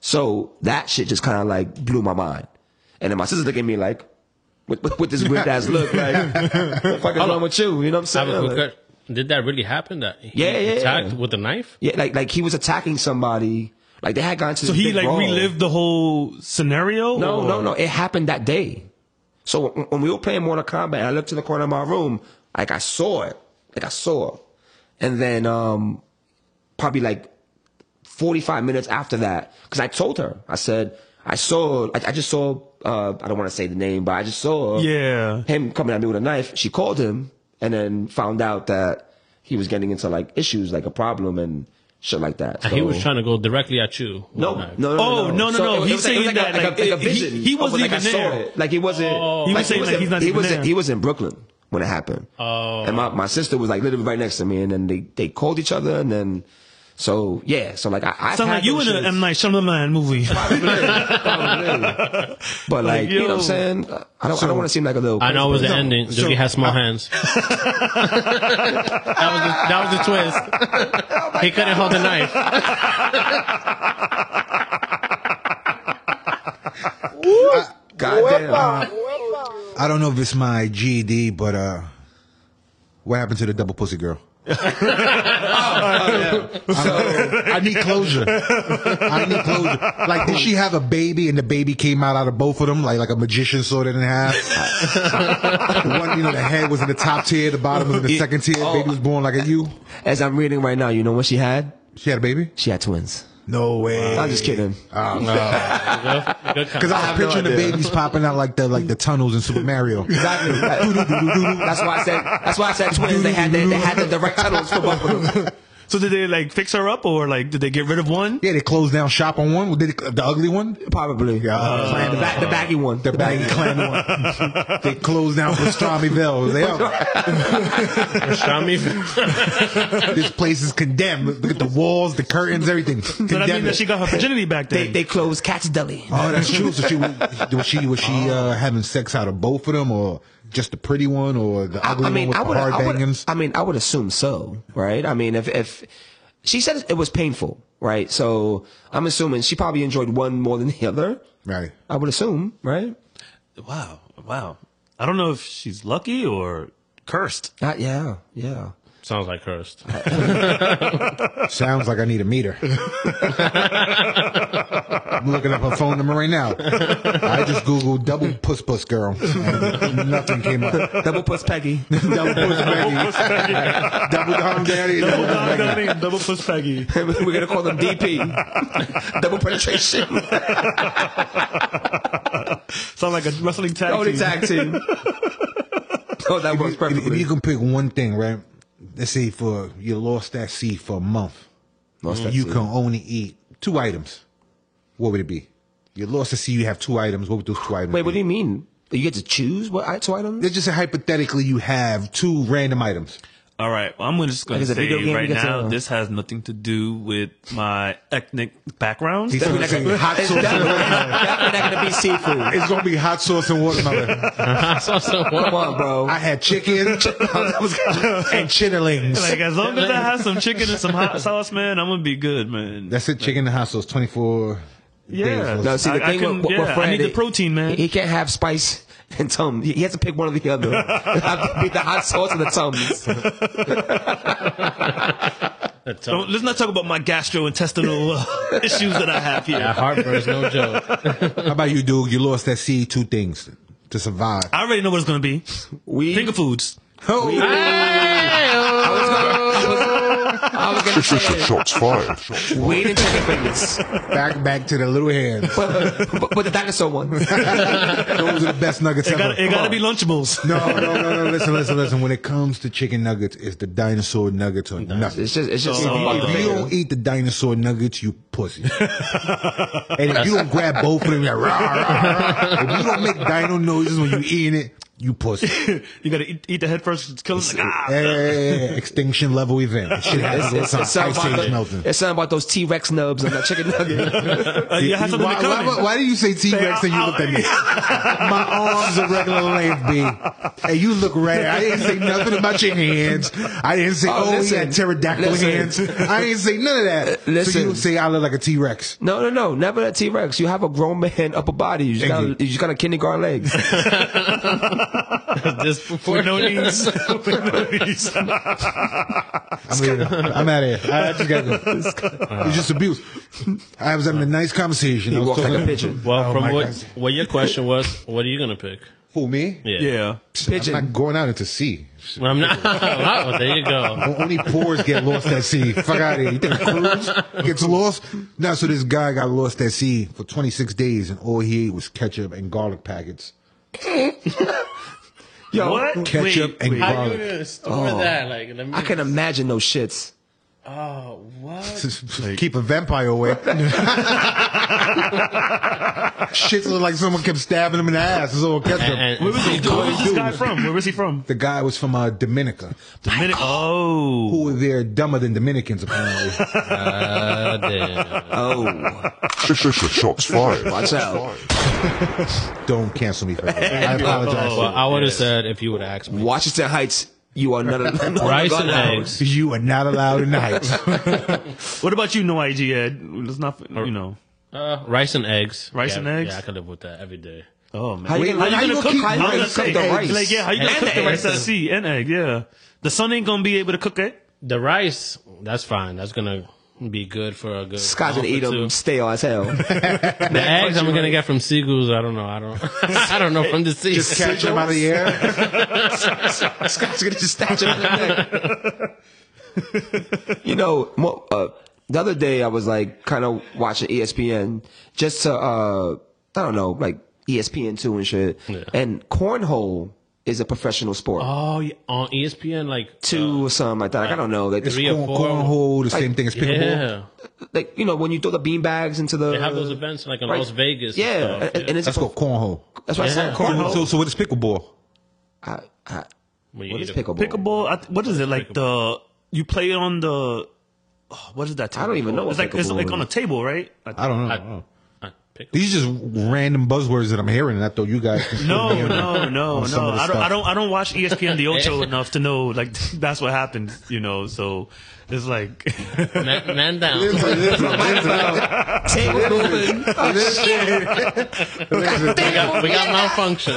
C: So that shit just kind of like blew my mind, and then my sister looked at me like, with, with, with this weird ass look, like, "What the fuck is wrong with you?" You know what I'm saying?
H: I have a quick
C: Like-
H: que- Did that really happen? That he
C: Yeah, yeah,
H: attacked
C: yeah.
H: with a knife?
C: yeah, like like he was attacking somebody. Like they had gone to.
D: So
C: this
D: he
C: big
D: like
C: brawl.
D: relived the whole scenario?
C: No,
D: or-
C: no, no. It happened that day. So when when we were playing Mortal Kombat, I looked to the corner of my room, like I saw it, like I saw it, and then um, probably like forty five minutes after that, because I told her, I said I saw, I, I just saw, uh, I don't want to say the name, but I just saw,
D: Yeah.
C: him coming at me with a knife. She called him, and then found out that he was getting into like issues, like a problem and shit like that.
H: And he was
C: So-
H: trying to go directly at you. with
C: no,
H: a knife.
C: no, no,
D: Oh, no, no,
C: So
D: no.
C: it was- it was
D: He's
C: like- it was
D: saying
C: like a-
D: that,
C: like a-
D: like,
C: like a vision.
D: he- he
C: of-
D: wasn't
C: like I
D: even
C: saw
D: there.
C: it. Like he wasn't.
H: Oh.
D: He was saying,
C: was
D: like,
C: in-
D: he's not
C: he
D: even
C: was in-
D: there.
C: He was in Brooklyn when it happened.
H: Oh.
C: And my, my sister was like literally right next to me, and then they they called each other, and then So yeah, so like I, I
D: Sound like you in an M Night Shyamalan movie.
C: Oh, but like, you know what
D: yo.
C: I'm saying? I don't, I don't want to seem like a little.
H: I know it was the
C: No.
H: ending.
C: So-
H: Doogie has small hands. that was the, that was the twist.
C: Oh
H: he couldn't hold the knife.
C: Goddamn.
B: I don't know if it's my GED, but uh, what happened to the double pussy girl?
C: Oh,
B: so I need closure. I need closure. Like, did she have a baby and the baby came out out of both of them, like like a magician sort it in half? One, you know, the head was in the top tier, the bottom was in the second tier.
C: Oh.
B: baby was born like a U.
C: As I'm reading right now, you know what she had?
B: She had a baby. Oh,
C: She had twins.
B: No way.
C: I'm just kidding.
B: Because I was picturing the babies popping out like the like the tunnels in Super Mario.
C: Exactly. that's why I said. That's why I said twins. They had the, they had the direct tunnels for both of them.
D: so did they like fix her up or like did they get rid of one?
B: Yeah, they closed down shop on one. Did it, the ugly one?
C: Probably.
B: Yeah. Uh,
C: the, ba- the baggy one.
B: The baggy clan one. they closed down Pastrami Ville's. They are-
H: Pastrami.
B: this place is condemned. Look at the walls, the curtains, everything.
D: So that means
B: Condemned.
D: that she got her virginity back
C: They
D: then.
C: they closed Cat's Deli.
B: oh, that's true. So she was was she was
C: Oh.
B: she uh, having sex out of both of them, or just the pretty one, or the
C: I,
B: ugly
C: I mean,
B: one
C: I
B: with
C: would.
B: the hard
C: I would.
B: bangings?
C: I mean, I would assume so, right? I mean, if if she said it was painful, right? So I'm assuming she probably enjoyed one more than the other.
B: Right.
C: I would assume, right?
D: wow, wow. I don't know if she's lucky or cursed.
C: Uh, yeah, yeah.
H: Sounds like cursed.
B: Sounds like I need a meter. I'm looking up her phone number right now. I just googled double puss puss girl. And nothing came up.
C: Double puss Peggy.
B: Double puss Peggy. double dong daddy. Double dong daddy.
D: double puss Peggy.
C: We're gonna call them DP. Double penetration.
D: Sound like a wrestling tag
C: Only
D: team.
C: tag team. Oh, that
B: If,
C: works
B: if
C: perfectly.
B: you can pick one thing, right? Let's say for you lost that seed for a month.
C: Lost that
B: you
C: seed.
B: can only eat two items. What would it be? You lost the seed. You have two items. What would those two items?
C: Wait,
B: be?
C: what do you mean? You get to choose what i- two items?
B: Let's just say hypothetically you have two random items.
D: All right, well, I'm gonna- just going
C: Like
D: to
C: it's a
D: say
C: video game,
D: right
C: you get
D: now,
C: to-
D: this has nothing to do with my ethnic background.
B: He's gonna say hot
C: It's
B: sauce.
C: definitely,
B: and-
C: definitely not gonna be seafood.
B: It's gonna be hot sauce and watermelon.
H: I saw someone.
C: Come on, bro.
B: I had chicken and chitterlings.
D: Like as long as I have some chicken and some hot sauce, man, I'm gonna be good, man.
B: That's it. Chicken and hot sauce. Twenty four.
D: Yeah.
B: Days.
C: No, see, the
D: I- I
C: thing
D: couldn't-
C: with, with
D: yeah, I
C: Fred,
D: need the
C: he-
D: protein, man.
C: He can't have spice and tum. He he has to pick one or the other. I beat the hot sauce and the tums.
D: Don't, let's not talk about my gastrointestinal uh, issues that I have here.
H: That heartburn's no joke.
B: How about you, dude? You lost that seed. Two things to survive.
D: I already know what it's gonna be.
C: We.
D: Finger foods.
B: Oh.
C: I was gonna- I was gonna
F: Sh- sh- sh-
C: say
F: Shots fired. Shots fired.
C: weed and chicken fingers,
B: Back back to the little hands.
C: but, but, but the dinosaur one.
B: Those are the best nuggets
D: It
B: ever.
D: gotta, it gotta be lunchables.
B: No, no, no, no. Listen, listen, listen. When it comes to chicken nuggets, it's the dinosaur nuggets or nothing.
C: It's just, it's just.
D: Oh.
B: If you don't eat the dinosaur nuggets, you pussy. and if you don't grab both of them, you're like, rah, rah, rah. If you don't make dino noises when you eating it, you pussy.
D: You gotta eat, eat the head first. Kill them. Like, ah.
B: Hey, hey, hey, hey, extinction level event. It Shit happens all
C: It's,
B: the
C: it's,
B: time.
C: it's, something
B: Ice age
C: about
B: melting.
C: the, it's something about those T Rex nubs on that chicken nugget.
D: Uh, you have something
B: why,
D: to come.
B: why, why do you say T Rex and you look at me? My arms are regular length, B. And you look right. I didn't say nothing about your hands. I didn't say,
C: Oh,
B: oh, he
C: listen.
B: had pterodactyl
C: Listen.
B: hands. I didn't say none of that. So
C: listen.
B: you would say I look like a T Rex.
C: No, no, no, never that T Rex. You have a grown man upper body. You just got, you
B: Thank you.
C: just got a kindergarten legs.
D: With no knees. With no knees.
B: I'm, leaving. I'm out of here. I just got to go. It's just abuse. I was having a nice conversation. I
C: He
B: was
C: walks like a
B: talking-
C: pigeon.
H: Well,
B: Oh
H: from
B: my
H: what
B: God.
H: what your question was, what are you gonna pick?
B: Who, me?
H: Yeah.
D: Yeah.
C: Pigeon.
B: I'm not going out into sea.
H: Well, I'm not. wow, there you go.
B: Only poors get lost at sea. Fuck out of here. You think a cruise gets lost? No, so this guy got lost at sea for 26 days and all he ate was ketchup and garlic packets.
C: Yo,
D: What?
B: Ketchup
D: Wait,
B: and
D: wait.
H: How do you
B: garlic.
H: even store that? Like, let me
C: I can imagine those shits.
D: Oh, what?
B: Keep a vampire away. Shit looked like someone kept stabbing him in the ass. It's all kept him.
D: Where was he Where is this guy from? Where was he from?
B: The guy was from uh, Dominica.
D: Dominic. Oh.
B: Who they're dumber than Dominicans apparently.
H: Uh,
C: Oh,
F: Sh- sh- sh- Shots fired.
C: Watch out.
B: Don't cancel me for that. I apologize.
H: Well, I would have said if you would have asked me.
C: Washington Heights, you are none of them.
H: Rice and eggs.
B: You are not allowed tonight.
D: What about you, no IG Ed? It's not, you know.
H: Uh, rice and eggs.
D: Rice
H: Yeah,
D: and eggs?
H: Yeah, I could live with that every day.
D: Oh, man.
C: How you gonna,
B: how you
C: cook,
B: gonna keep-
C: how you
B: how
C: gonna
D: I'm gonna
C: cook
D: say,
C: the rice?
D: Like, yeah, how you gonna
H: And
D: cook
H: the
D: the rice
H: egg.
D: at sea and egg? Yeah, the sun ain't gonna be able to cook it.
H: The rice, that's fine. That's gonna be good for a good.
C: Scott's gonna
H: month or
C: eat them
H: two.
C: stale as hell.
H: The eggs I'm gonna get from seagulls. I don't know. I don't. I don't know from the sea.
B: Just catch him out of the air.
C: Scott's gonna just snatch him out of the neck. you know, mo- uh, the other day I was like kind of watching E ESPN just to, uh, I don't know, like E ESPN two and shit. And cornhole is a professional sport.
H: Oh, yeah, on ESPN, like uh,
C: Two or something like that. Like, I don't know. Like,
H: Three
C: it's
H: or
B: Corn-
H: four.
B: Cornhole, the same thing as pickleball.
H: Yeah,
C: like you know when you throw the bean bags into the
H: they have those events like in
C: Uh, Right.
H: Las Vegas. and
C: Yeah, uh,
H: stuff.
C: and, and it's
B: That's called cornhole.
C: that's what I said.
B: Cornhole. So, so what is pickleball?
C: I, I,
H: When you
C: what is
H: eat a-
C: pickleball?
D: Pickleball. I, th- what is it like? The you play it on the. oh, What is that? Table
C: I don't even know
D: called? It's
C: what
D: like it's
C: pickleball
D: like on a
C: is.
D: table, right? I
B: I don't know.
H: a pickle.
B: These are just random buzzwords that I'm hearing, and I thought you guys. can
D: No,
B: hear
D: no, no,
B: on some
D: no.
B: of the
D: I don't, I
B: stuff.
D: don't. I don't watch E ESPN The Ocho enough to know like that's what happened. You know, so it's like
H: Man, man down.
C: Table moving.
H: we got we got malfunction.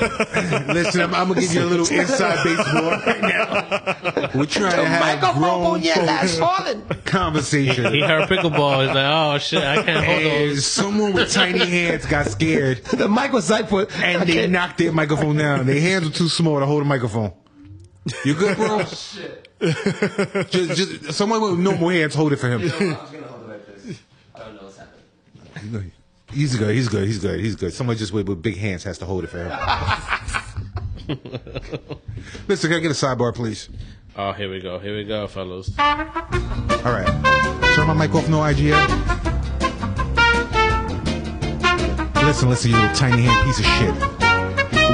B: Listen, I'm, I'm gonna give you a little inside baseball right now. We're trying to have grown folks
C: falling.
H: He
B: conversation.
H: heard pickleball. He's like, oh shit, I can't hold
B: And
H: those.
B: someone with tiny hands got scared
C: The Michael Zypert
B: and they knocked their microphone down. Their hands were too small to hold a microphone. You good, bro? just, just someone with normal hands hold it for him. He's good. He's good. He's good. He's good. Someone just with, with big hands has to hold it for him. Listen, can I get a sidebar, please?
H: Oh, here we go. Here we go, fellas.
B: All right. Turn my mic off, no IGA. Listen, listen, you little tiny hand piece of shit.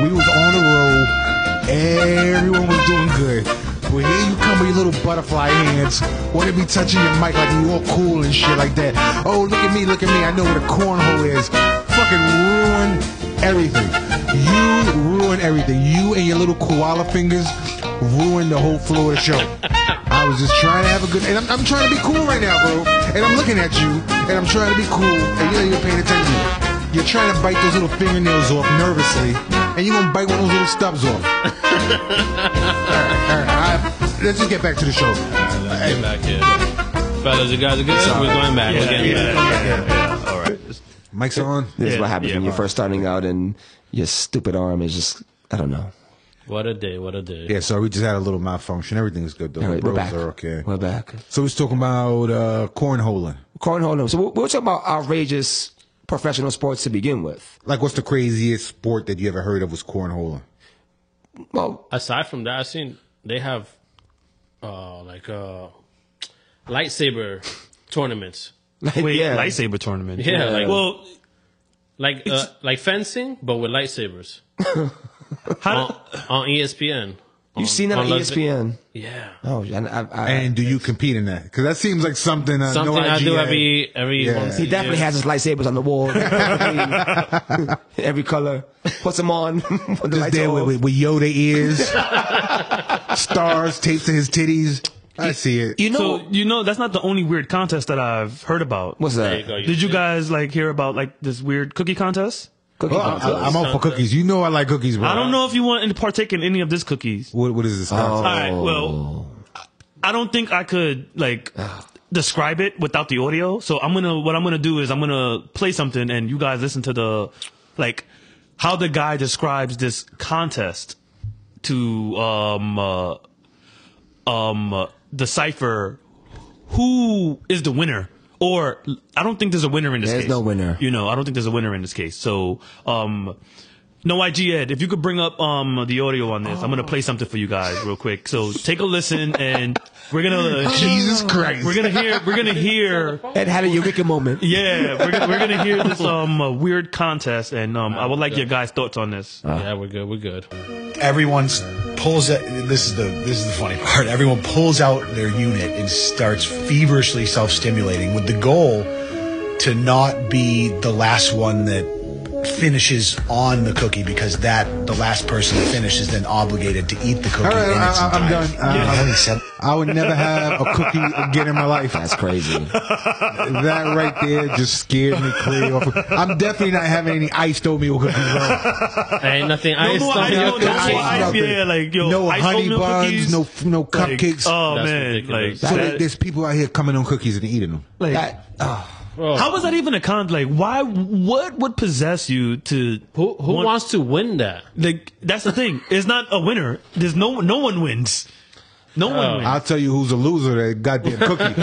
B: We was on the road. Everyone was doing good. Well, here you come with your little butterfly hands. Want to be touching your mic like you all cool and shit like that. Oh, look at me, look at me. I know what a cornhole is. Fucking ruin everything. You ruin everything. You and your little koala fingers ruin the whole flow of the show. I was just trying to have a good, and I'm, I'm trying to be cool right now, bro. And I'm looking at you, and I'm trying to be cool, and you're not even paying attention. You're trying to bite those little fingernails off nervously, and you're gonna bite one of those little stubs off. all right, all right, all right. Let's just get back to the show.
H: Let's get back here, fellas. You guys are good. We're going back. We're
D: yeah,
H: getting
D: yeah,
H: back.
D: yeah, yeah. All right.
B: Mike's on.
C: This is
D: Yeah,
C: what happens
D: yeah,
C: when you're
D: bro.
C: first starting out and your stupid arm is just I don't know.
H: What a day. What a day.
B: Yeah, sorry, we just had a little malfunction. Everything's good though.
C: All
B: the
C: right, we're
B: bros
C: back.
B: are okay.
C: We're back.
B: So we was talking about uh, cornholing.
C: Cornhole. So we- we we're talking about outrageous professional sports to begin with.
B: Like, what's the craziest sport that you ever heard of was cornholing?
C: Well,
H: aside from that, I've seen they have uh, like uh, lightsaber tournaments.
C: like,
D: Wait,
C: yeah,
D: lightsaber tournament.
H: Yeah, like-
D: well,
H: Like uh, like fencing, but with lightsabers
D: how?
H: on, on E ESPN.
C: you've seen that on E
H: Las Ve-
C: ESPN.
H: Yeah,
C: Oh, and I, I,
B: And do you compete in that? Because that seems like something. Uh,
H: something
B: no
H: I do
B: IGA.
H: every every
B: Yeah.
H: once.
B: He
C: He definitely has his lightsabers on the wall. Every color. Puts them on. Put the
B: Just
C: lights
B: there with,
C: off.
B: with, with Yoda ears, stars taped to his titties. I see it.
C: You know
D: So you know that's not the only weird contest that I've heard about.
C: what's
H: There you
C: that?
H: go.
D: Did you guys like hear about like this weird cookie contest?
C: Cookie
B: Well, I, I- I'm all for cookies. You know I like cookies,
H: Uh,
B: bro.
D: I don't know if you want to partake in any of this cookies.
B: What, what is this?
D: All right. Well, I don't think I could like describe it without the audio. So I'm gonna what I'm gonna do is I'm gonna play something and you guys listen to the like how the guy describes this contest to um uh, um uh, decipher who is the winner. Or I don't think there's a winner in this
C: There's
D: case.
C: no winner.
D: You know, I don't think there's a winner in this case. So um No IG Ed, if you could bring up um the audio on this, I'm gonna play something for you guys real quick. So take a listen, and we're gonna
B: Jesus Christ.
D: we're gonna hear we're gonna hear
C: Ed had a eureka moment.
D: yeah we're gonna, we're gonna hear this um uh, weird contest, and um I would like your guys' thoughts on this.
H: yeah, we're good. We're good.
I: everyone's pulls out, this is the this is the funny part everyone pulls out their unit and starts feverishly self-stimulating with the goal to not be the last one that finishes on the cookie because that the last person to finish is then obligated to eat
H: Oh,
I: the cookie
B: All right,
I: in its
B: I, am done.
I: entirety.
B: Uh,
I: I've already said-
B: I would never have a cookie again in my life.
C: That's crazy.
B: That right there just scared me clear off. I'm definitely not having any iced oatmeal cookies. bro.
H: Ain't nothing. I ain't
D: more
H: stopping
D: ice,
H: up
D: no
H: to
D: more
H: cake.
D: ice. yeah, like, yo,
B: no
D: iced
B: honey
D: oatmeal
B: buns,
D: cookies?
B: no no
D: Like,
B: cupcakes.
D: oh
H: That's
D: man,
H: ridiculous.
D: like
B: So
D: that-
B: there's people out here coming on cookies and eating them.
D: like,
H: Bro,
D: how was that even a con? Like, why? What would possess you to
H: who who
D: want-
H: wants to win that?
D: Like, that's the thing. It's not a winner. There's no no one wins. No one wins.
B: I'll tell you who's a loser. That goddamn cookie.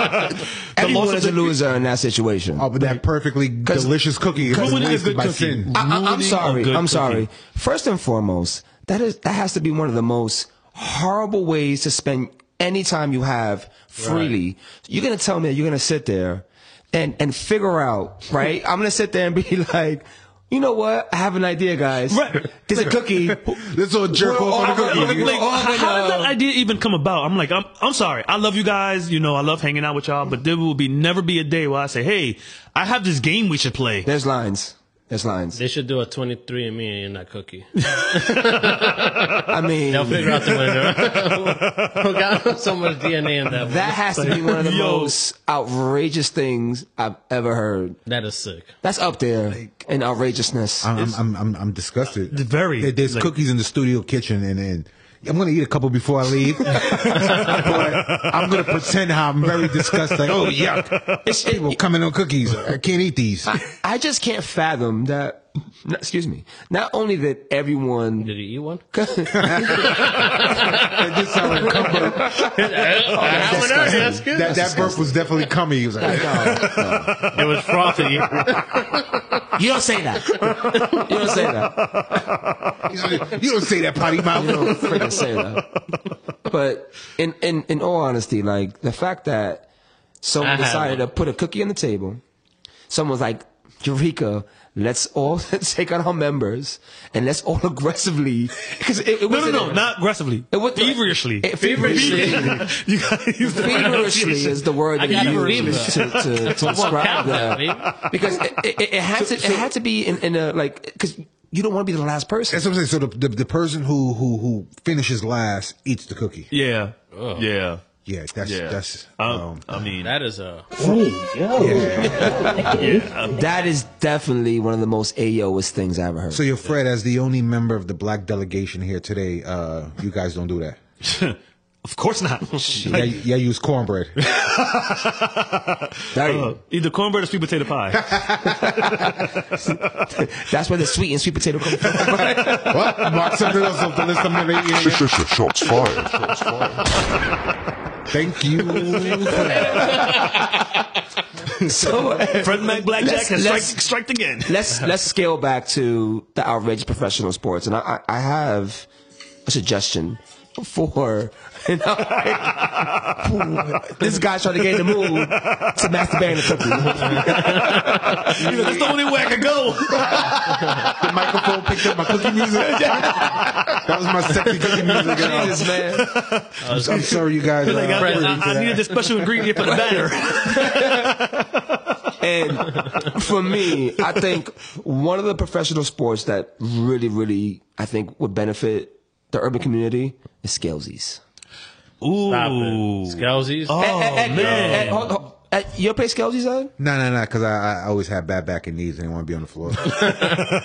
C: The loss is a loser in that situation.
B: oh, but that perfectly delicious cookie is
D: Ruining a
B: wasted
D: good
B: by
D: cookie.
B: sin.
C: I, I,
D: ruining
C: I'm
D: a
C: sorry.
D: good
C: I'm
D: cookie.
C: sorry. First and foremost, that is that has to be one of the most horrible ways to spend any time you have freely. You're gonna tell me that you're gonna sit there and and figure out, right? I'm gonna sit there and be like, you know what? I have an idea, guys.
D: Right.
C: There's a cookie.
B: This little jerk
C: We're
B: off
C: all
B: on the
C: gonna-
B: cookie.
D: Like,
C: Oh,
D: how
C: but,
D: how did
C: uh,
D: that idea even come about? I'm like, I'm, I'm sorry. I love you guys. You know, I love hanging out with y'all, but there will be never be a day where I say, hey, I have this game we should play.
C: There's lines. There's lines.
H: They should do a 23 and me in that cookie.
C: I mean,
H: They'll figure out the winner. Who got so much DNA in that?
C: that
H: That,
C: has to be one of the
D: Yo.
C: most outrageous things I've ever heard.
H: that is sick.
C: That's up there in outrageousness.
B: I'm, I'm, I'm, I'm disgusted.
D: very,
B: There- There's
D: like-
B: cookies in the studio kitchen, and, and I'm gonna eat a couple before I leave. but I'm gonna pretend how I'm very disgusted. Like, oh yuck! It's people coming on cookies. I can't eat these.
C: I just can't fathom that. no, Excuse me. Not only that everyone.
H: Did he eat one?
B: That just sounded like cum.
H: That's good.
B: That, that burp was definitely coming. He was like,
H: It was frothy.
C: You don't say that. You don't say that.
B: you don't say that potty
C: You
B: mouth.
C: don't freaking say that. But in, in, in all honesty, like the fact that
H: I
C: someone
H: had
C: decided to
H: one.
C: put a cookie on the table, someone's like, Eureka, let's all take out our members and let's all aggressively. Because it, it
D: No, no,
C: wasn't-
D: no, not aggressively.
C: It was-
D: feverishly.
C: It- feveriously.
D: you gotta use the
C: feverishly
D: pronunciation.
C: is the word
H: I
C: that
H: got a
C: you
H: fever.
C: use to, to, to describe
H: Calvin,
C: that
H: baby.
C: because it, it, it had to it had to be in, in a like because you don't want to be the last person.
B: That's what I'm saying. So the, the, the person who, who who finishes last eats the cookie.
D: Yeah. Yeah.
B: Yeah, that's
D: Yeah.
B: that's.
D: I,
B: Um,
D: I mean,
H: That is a.
C: That is definitely one of the most ayoist things I ever heard.
B: so you're Fred as the only member of the black delegation here today. Uh, you guys don't do that.
D: of course not.
B: Yeah, yeah, use cornbread.
C: There you
D: Uh,
C: go.
D: either cornbread or sweet potato pie.
C: That's where the sweet and sweet potato come from.
B: what? Mark something else off the list. I'm never eating
F: Sh-
B: again.
F: sh- sh- Shots fired. Shots fired.
B: Thank you. for that.
C: so uh,
D: Fred Mac Blackjack
C: Let's-
D: has
C: let's-
D: striked, striked again.
C: let's let's scale back to the outrageous professional sports, and I I I have a suggestion for. You know, this guy's trying to get in the mood to masturbating the cookie.
D: You know, that's the only way I can go.
B: The microphone picked up my cookie music. that was my sexy cookie music. y'all.
C: Jesus, man.
B: I'm sorry, you guys.
D: Like,
B: uh,
D: I,
B: were
D: I,
B: into
D: I
B: that.
D: needed the special ingredient for the batter.
C: And for me, I think one of the professional sports that really, really, I think would benefit the urban community is scalesies.
D: Ooh.
H: Stop it. Scalzi's.
D: Oh, man.
C: At, hold, hold, at your place, scalesies, Ed?
B: No, no, no, because I, I always had bad back and knees. I didn't want to be on the floor.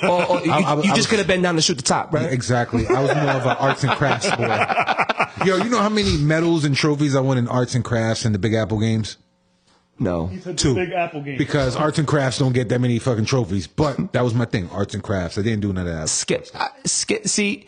C: Or, or you,
B: I- I-
C: you
B: I was-
C: just could have been down to shoot the top, right?
B: exactly. I was more of an arts and crafts boy. Yo, you know how many medals and trophies I won in arts and crafts in the Big Apple games?
C: No.
B: Two.
D: Big Apple game.
B: Because arts and crafts don't get that many fucking trophies. But that was my thing, arts and crafts. I didn't do none of that.
C: Skip. I, skip. See,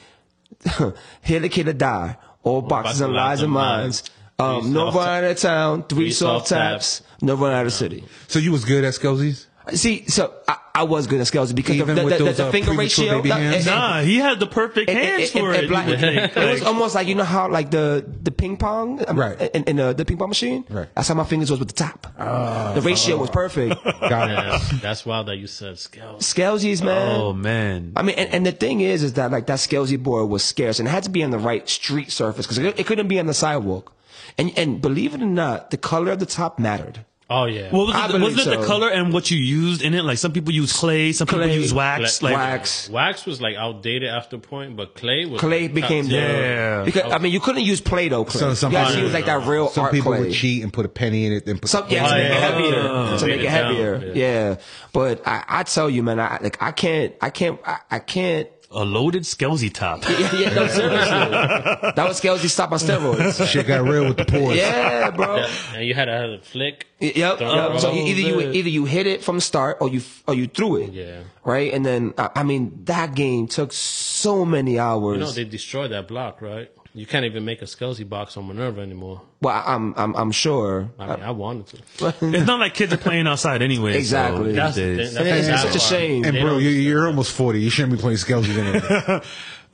C: here the kid or die. All boxes
H: boxes
C: and lies and minds. Um,
H: Three
C: no
H: soft
C: run out of town. Three,
H: three
C: soft
H: soft
C: taps. No run out of city.
B: So you was good at Skelsies?
C: See, so I, I was good at scales because
B: Even
C: the,
B: with
C: the, the,
B: those,
C: the
B: uh,
C: finger
B: premature
C: ratio.
B: baby
C: that-
B: hands?
C: it- it-
D: Nah, he had the perfect hands
C: it- it-
D: for
C: it
D: it.
C: black-
D: you would
C: it
D: think.
C: was
D: Like,
C: almost like you know how like the the ping pong um,
B: Right.
C: in, in the, the ping pong machine.
B: Right. Ah.
C: That's how my fingers was with the top. the ratio was perfect.
B: Got it.
H: Yeah, that's wild that you said scales.
C: Scalesies, man.
D: oh man,
C: I mean, and, and the thing is, is that like that Scalzi board was scarce and it had to be on the right street surface because it, it couldn't be on the sidewalk. And and believe it or not, the color of the top mattered.
H: Oh yeah.
D: What was
C: I
D: it, was
C: believe
D: it the
C: so.
D: color and what you used in it? Like some people use clay, some
C: Clay.
D: people use wax.
H: Like-
D: Like,
C: Wax,
H: Wax was like outdated after a point, but clay was
C: clay
H: like,
C: became
H: top
C: the
H: tier.
D: Yeah.
C: because I mean you couldn't use Play-Doh clay.
B: So some
C: you had to
B: people-
C: use like that real
B: Some
C: art
B: people
C: clay.
B: would cheat and put a penny in it. Then put
C: Some, yeah,
H: Oh,
C: to make
H: yeah.
C: it heavier.
H: Oh.
C: to make
H: Weight
C: it
H: it down,
C: heavier.
H: yeah.
C: Yeah. But I, I tell you, man, I like I can't I can't I, I can't
D: a loaded Skelzy top.
C: yeah, yeah, no, seriously. that was Scalzi stop on steroids.
B: shit got real with the pores.
C: yeah, bro.
H: And you had to have a flick.
C: Y- Yep.
H: Throw
C: yep.
H: it
C: So
H: all
C: you- either you
D: over.
C: either you hit it from the start or you f- or you threw it.
H: Yeah.
C: Right. And then I, I mean that game took so many hours.
H: You know they destroyed that block, right? You can't even make a Skelzy box on Minerva anymore.
C: well, I- I'm I'm I'm sure.
H: I mean, I wanted to.
D: it's not like kids are playing outside anyway. so
C: Exactly.
D: these
H: That's the
D: days.
H: thing. That's
C: It's, it's
H: the sad
C: such a
H: part.
C: shame.
B: And
H: They
B: bro,
H: don't
B: you, you're almost forty. You shouldn't be playing skeletons anymore.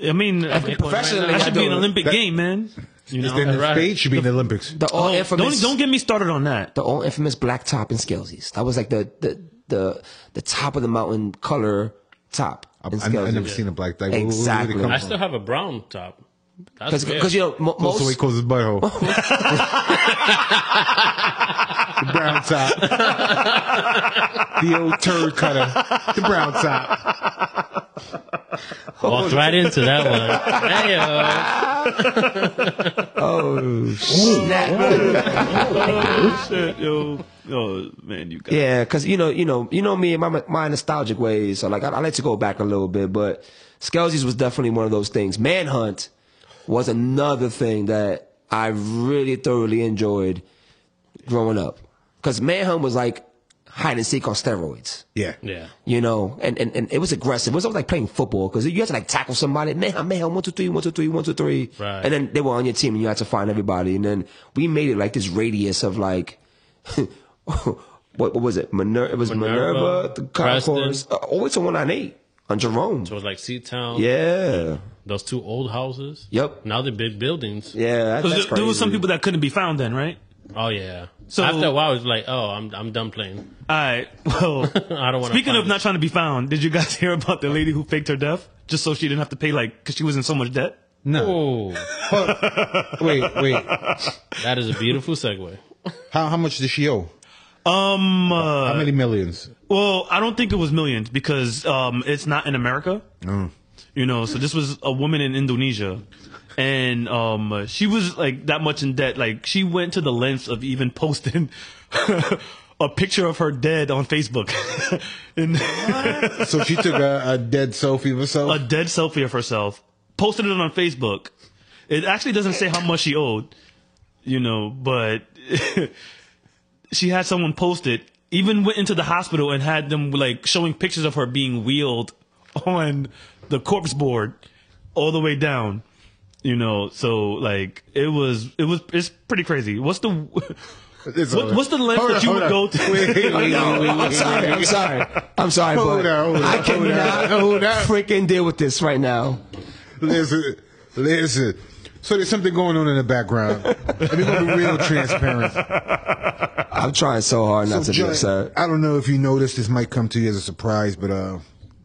D: I mean, I mean,
C: professionally,
D: that should
C: I
D: be an
C: don't-
D: Olympic game, man. You know,
B: then the
H: right.
B: spade should be in the Olympics.
C: the all
D: Oh, don't,
C: infamous
D: don't get me started on that.
C: the all infamous black top and Scalzi's. That was like the the the the top of the mountain color top.
B: I,
C: in
B: I, I never
C: Scalzi's.
B: seen a black like where- where- where did it
C: Exactly.
B: come
H: I
B: from?
H: still have a brown top. That's
C: Cause,
H: fair.
C: 'cause, you know mo-
B: That's the way
C: most
B: he calls his butthole. the brown top. the old turd cutter. The brown top.
H: walked right into that one. Hey,
C: Oh,
D: Oh, Yo, yo, man, you got
C: Yeah, cause you know, you know, you know me and my my nostalgic ways. So like, I, I like to go back a little bit, but Skelzies was definitely one of those things. Manhunt was another thing that I really thoroughly enjoyed growing up, cause Manhunt was like hide and seek on steroids.
B: Yeah.
H: yeah.
C: You know, and, and, and it was aggressive. It was almost like playing football because you had to like tackle somebody. Man, man, one, two, three, one, two, three, one, two, three.
H: Right.
C: And then they were on your team and you had to find everybody. And then we made it like this radius of like, what, what was it? Minerva, it was Minerva,
H: Minerva,
C: the
H: Preston.
C: Concourse, uh, always on 198 on Jerome.
H: So it was like Sea Town.
C: Yeah.
H: Those two old houses.
C: Yep.
H: Now they're big buildings.
C: Yeah. That,
D: Because
C: that's
D: there, there was some
C: crazy.
D: people that couldn't be found then, right?
H: Oh yeah.
D: So-
H: So after a while, it's like, oh, I'm I'm done playing.
D: All right. Well,
H: I don't want.
D: speaking of not trying to be found, did you guys hear about the lady who faked her death just so she didn't have to pay like because she was in so much debt?
B: No.
H: Oh,
B: Wait, wait.
H: that is a beautiful segue.
B: How how much does she owe?
D: Um, uh,
B: How many millions?
D: Well, I don't think it was millions because um, it's not in America. You know, so this was a woman in Indonesia, and um, uh, she was like that much in debt. Like she went to the lengths of even posting a picture of her dead on Facebook, and
B: So she took a, a dead selfie of herself.
D: a dead selfie of herself, posted it on Facebook. It actually doesn't say how much she owed, you know, but she had someone post it. Even went into the hospital and had them like showing pictures of her being wheeled on the corpse board all the way down. You know, so like it was, it was, it's pretty crazy. What's the,
B: It's
D: what-
B: all right.
D: what's the length
B: Hold
D: that
B: on,
D: you would go
B: hold on.
D: to?
B: Wait, wait, wait, wait, wait,
C: I'm
B: wait.
C: sorry. I'm sorry. I'm sorry,
B: Hold
C: but
B: on, hold on,
C: I
B: hold on,
C: cannot
B: hold on.
C: freaking deal with this right now.
B: Listen, listen. So there's something going on in the background. Let me gonna be real transparent.
C: I'm trying so hard not
B: So,
C: to be
B: Jun,
C: upset.
B: I don't know if you noticed. This might come to you as a surprise, but uh,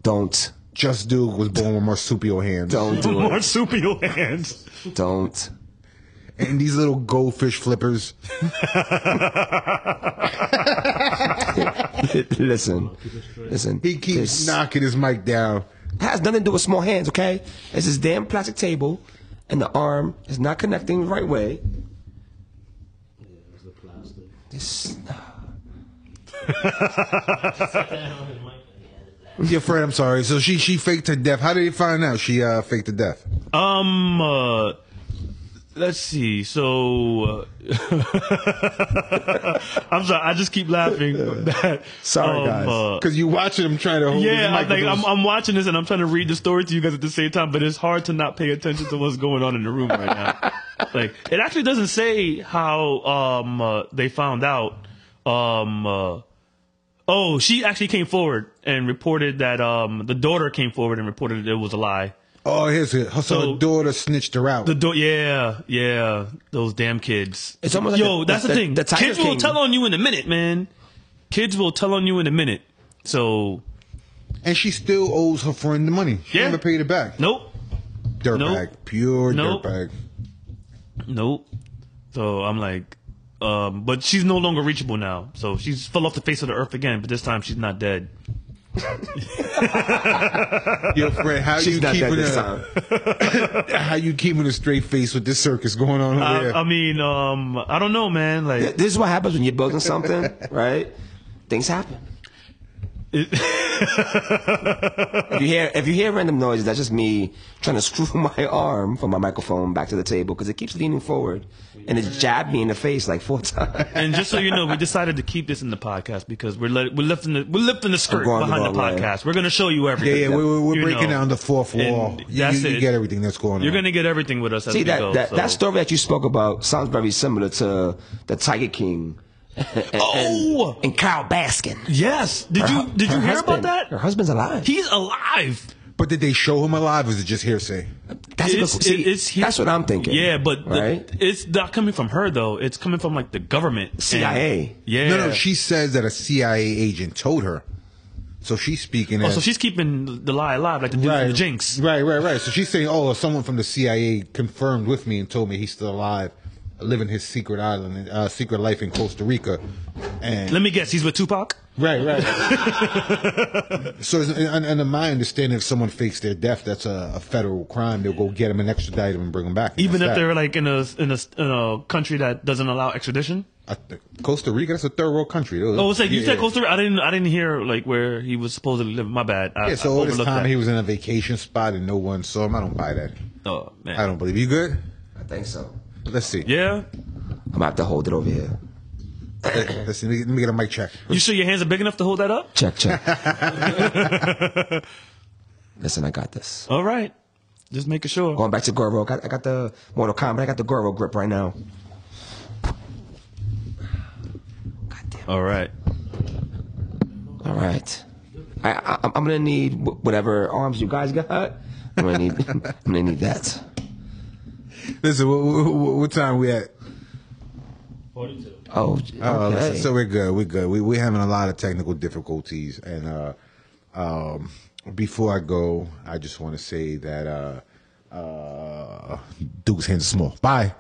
C: Don't.
B: Just Duke was born with marsupial hands,
C: Don't do it.
D: marsupial hands?
C: Don't.
B: and these little goldfish flippers.
C: listen, listen.
B: He keeps
C: this
B: knocking his mic down.
C: Has nothing to do with small hands, okay? It's this damn plastic table, and the arm is not connecting the right way. This,
B: Your friend, I'm sorry. So she she faked her death. How did they find out she uh faked her death?
D: Um, uh, let's see. So, uh, I'm sorry. I just keep laughing.
C: Sorry, guys.
D: uh,
B: Because you watching him trying to hold. his
D: yeah,
B: mic
D: I'm, like,
B: with
D: I'm,
B: those-
D: I'm watching this and I'm trying to read the story to you guys at the same time, but it's hard to not pay attention to what's going on in the room right now. like, it actually doesn't say how um uh, they found out. Um, uh, Oh, she actually came forward and reported that um the daughter came forward and reported it was a lie.
I: Oh, here's it. So,
D: So-
I: her daughter snitched her out.
D: The do- yeah, yeah, those damn kids.
C: It's almost like
D: yo.
C: the-
D: that's the,
C: the-
D: thing.
C: the Tiger
D: kids will
C: King.
D: tell on you in a minute, man. Kids will tell on you in a minute. So
I: and she still owes her friend the money. She
D: Yeah.
I: never paid it back.
D: nope,
I: Dirtbag.
D: Nope.
I: Pure
D: Nope.
I: dirtbag.
D: nope. So I'm like, um, but she's no longer reachable now. So she's fell off the face of the earth again. But this time she's not dead.
I: Yo, Fred, how
C: She's
I: you
C: not dead
I: keeping
C: this
I: a,
C: time.
I: how you keeping a straight face with this circus going on over
D: I,
I: there?
D: I mean, Uh, um, I don't know, man. Like,
C: This is what happens when you're building something, right? Things happen. if you hear if you hear random noises, that's just me trying to screw my arm from my microphone back to the table because it keeps leaning forward and it jabbed me in the face like four times.
D: And just so you know, we decided to keep this in the podcast because we're let, we're lifting the we're lifting the skirt
C: going the
D: behind the,
C: wrong way.
D: podcast. We're gonna show you
I: yeah,
D: everything.
I: yeah, we're, we're
D: You
I: breaking
D: know.
I: down the fourth
D: And
I: wall. You,
D: that's
I: you- you
D: it.
I: get everything that's going on.
D: You're gonna get everything with us as
C: See
D: we
C: that
D: go.
C: that,
D: so.
C: that story that you spoke about sounds very similar to the Tiger King. and,
D: Oh!
C: and, and Kyle Baskin.
D: Yes. Did you did you
C: Her
D: hear
C: husband-
D: about
C: Her
D: that?
C: husband's alive.
D: He's alive.
I: but did they show him alive? Or is it just hearsay?
C: that's a good-
D: It's,
C: see,
D: it's here-
C: that's what I'm thinking.
D: Yeah, but the-
C: right?
D: it's not coming from her though. It's coming from like the government. And-
C: CIA.
D: yeah.
I: No, no. She says that a CIA agent told her, so she's speaking.
D: oh,
I: as,
D: so she's keeping the lie alive, like the dude from the Jinx.
I: Right, right, right. So she's saying, "Oh, someone from the CIA confirmed with me and told me he's still alive, living his secret island, uh, secret life in Costa Rica." And
D: Let me guess. He's with Tupac.
I: right, right. so, it's- and, and in my understanding, if someone fakes their death, that's a, a federal crime. They'll go get him and extradite him and bring him back.
D: Even if
I: That's that.
D: they're like in a in a in a country that doesn't allow extradition.
I: I think- Costa Rica, that's a third world country.
D: Oh, it's like you
I: Yeah,
D: said
I: yeah.
D: Costa Rica. I didn't. I didn't hear like where he was supposedly living. My bad. I,
I: Yeah, so
D: I
I: all this
D: overlooked
I: time
D: that.
I: he was in a vacation spot and no one saw him. I don't buy that.
D: oh man.
I: I don't believe you. Good.
C: I think so.
I: Let's see.
C: I'm
D: Yeah.
C: gonna have to hold it over here.
I: Let's see. Let me, let me get a mic check.
D: You sure your hands are big enough to hold that up?
C: Check, check. Listen, I got this.
D: All right. Just making sure.
C: Going back to Goro, I got, I got the Mortal Kombat. I got the Goro grip right now.
D: All right.
C: All right. I, I, I'm gonna need wh- whatever arms you guys got. I'm gonna need. I'm gonna need that.
I: Listen, what, what, what time we at?
C: Oh,
I: Oh,
C: okay.
I: listen, so we're good. We're good. We, we're having a lot of technical difficulties. And uh, um, before I go, I just want to say that uh, uh, Duke's hands are small. Bye.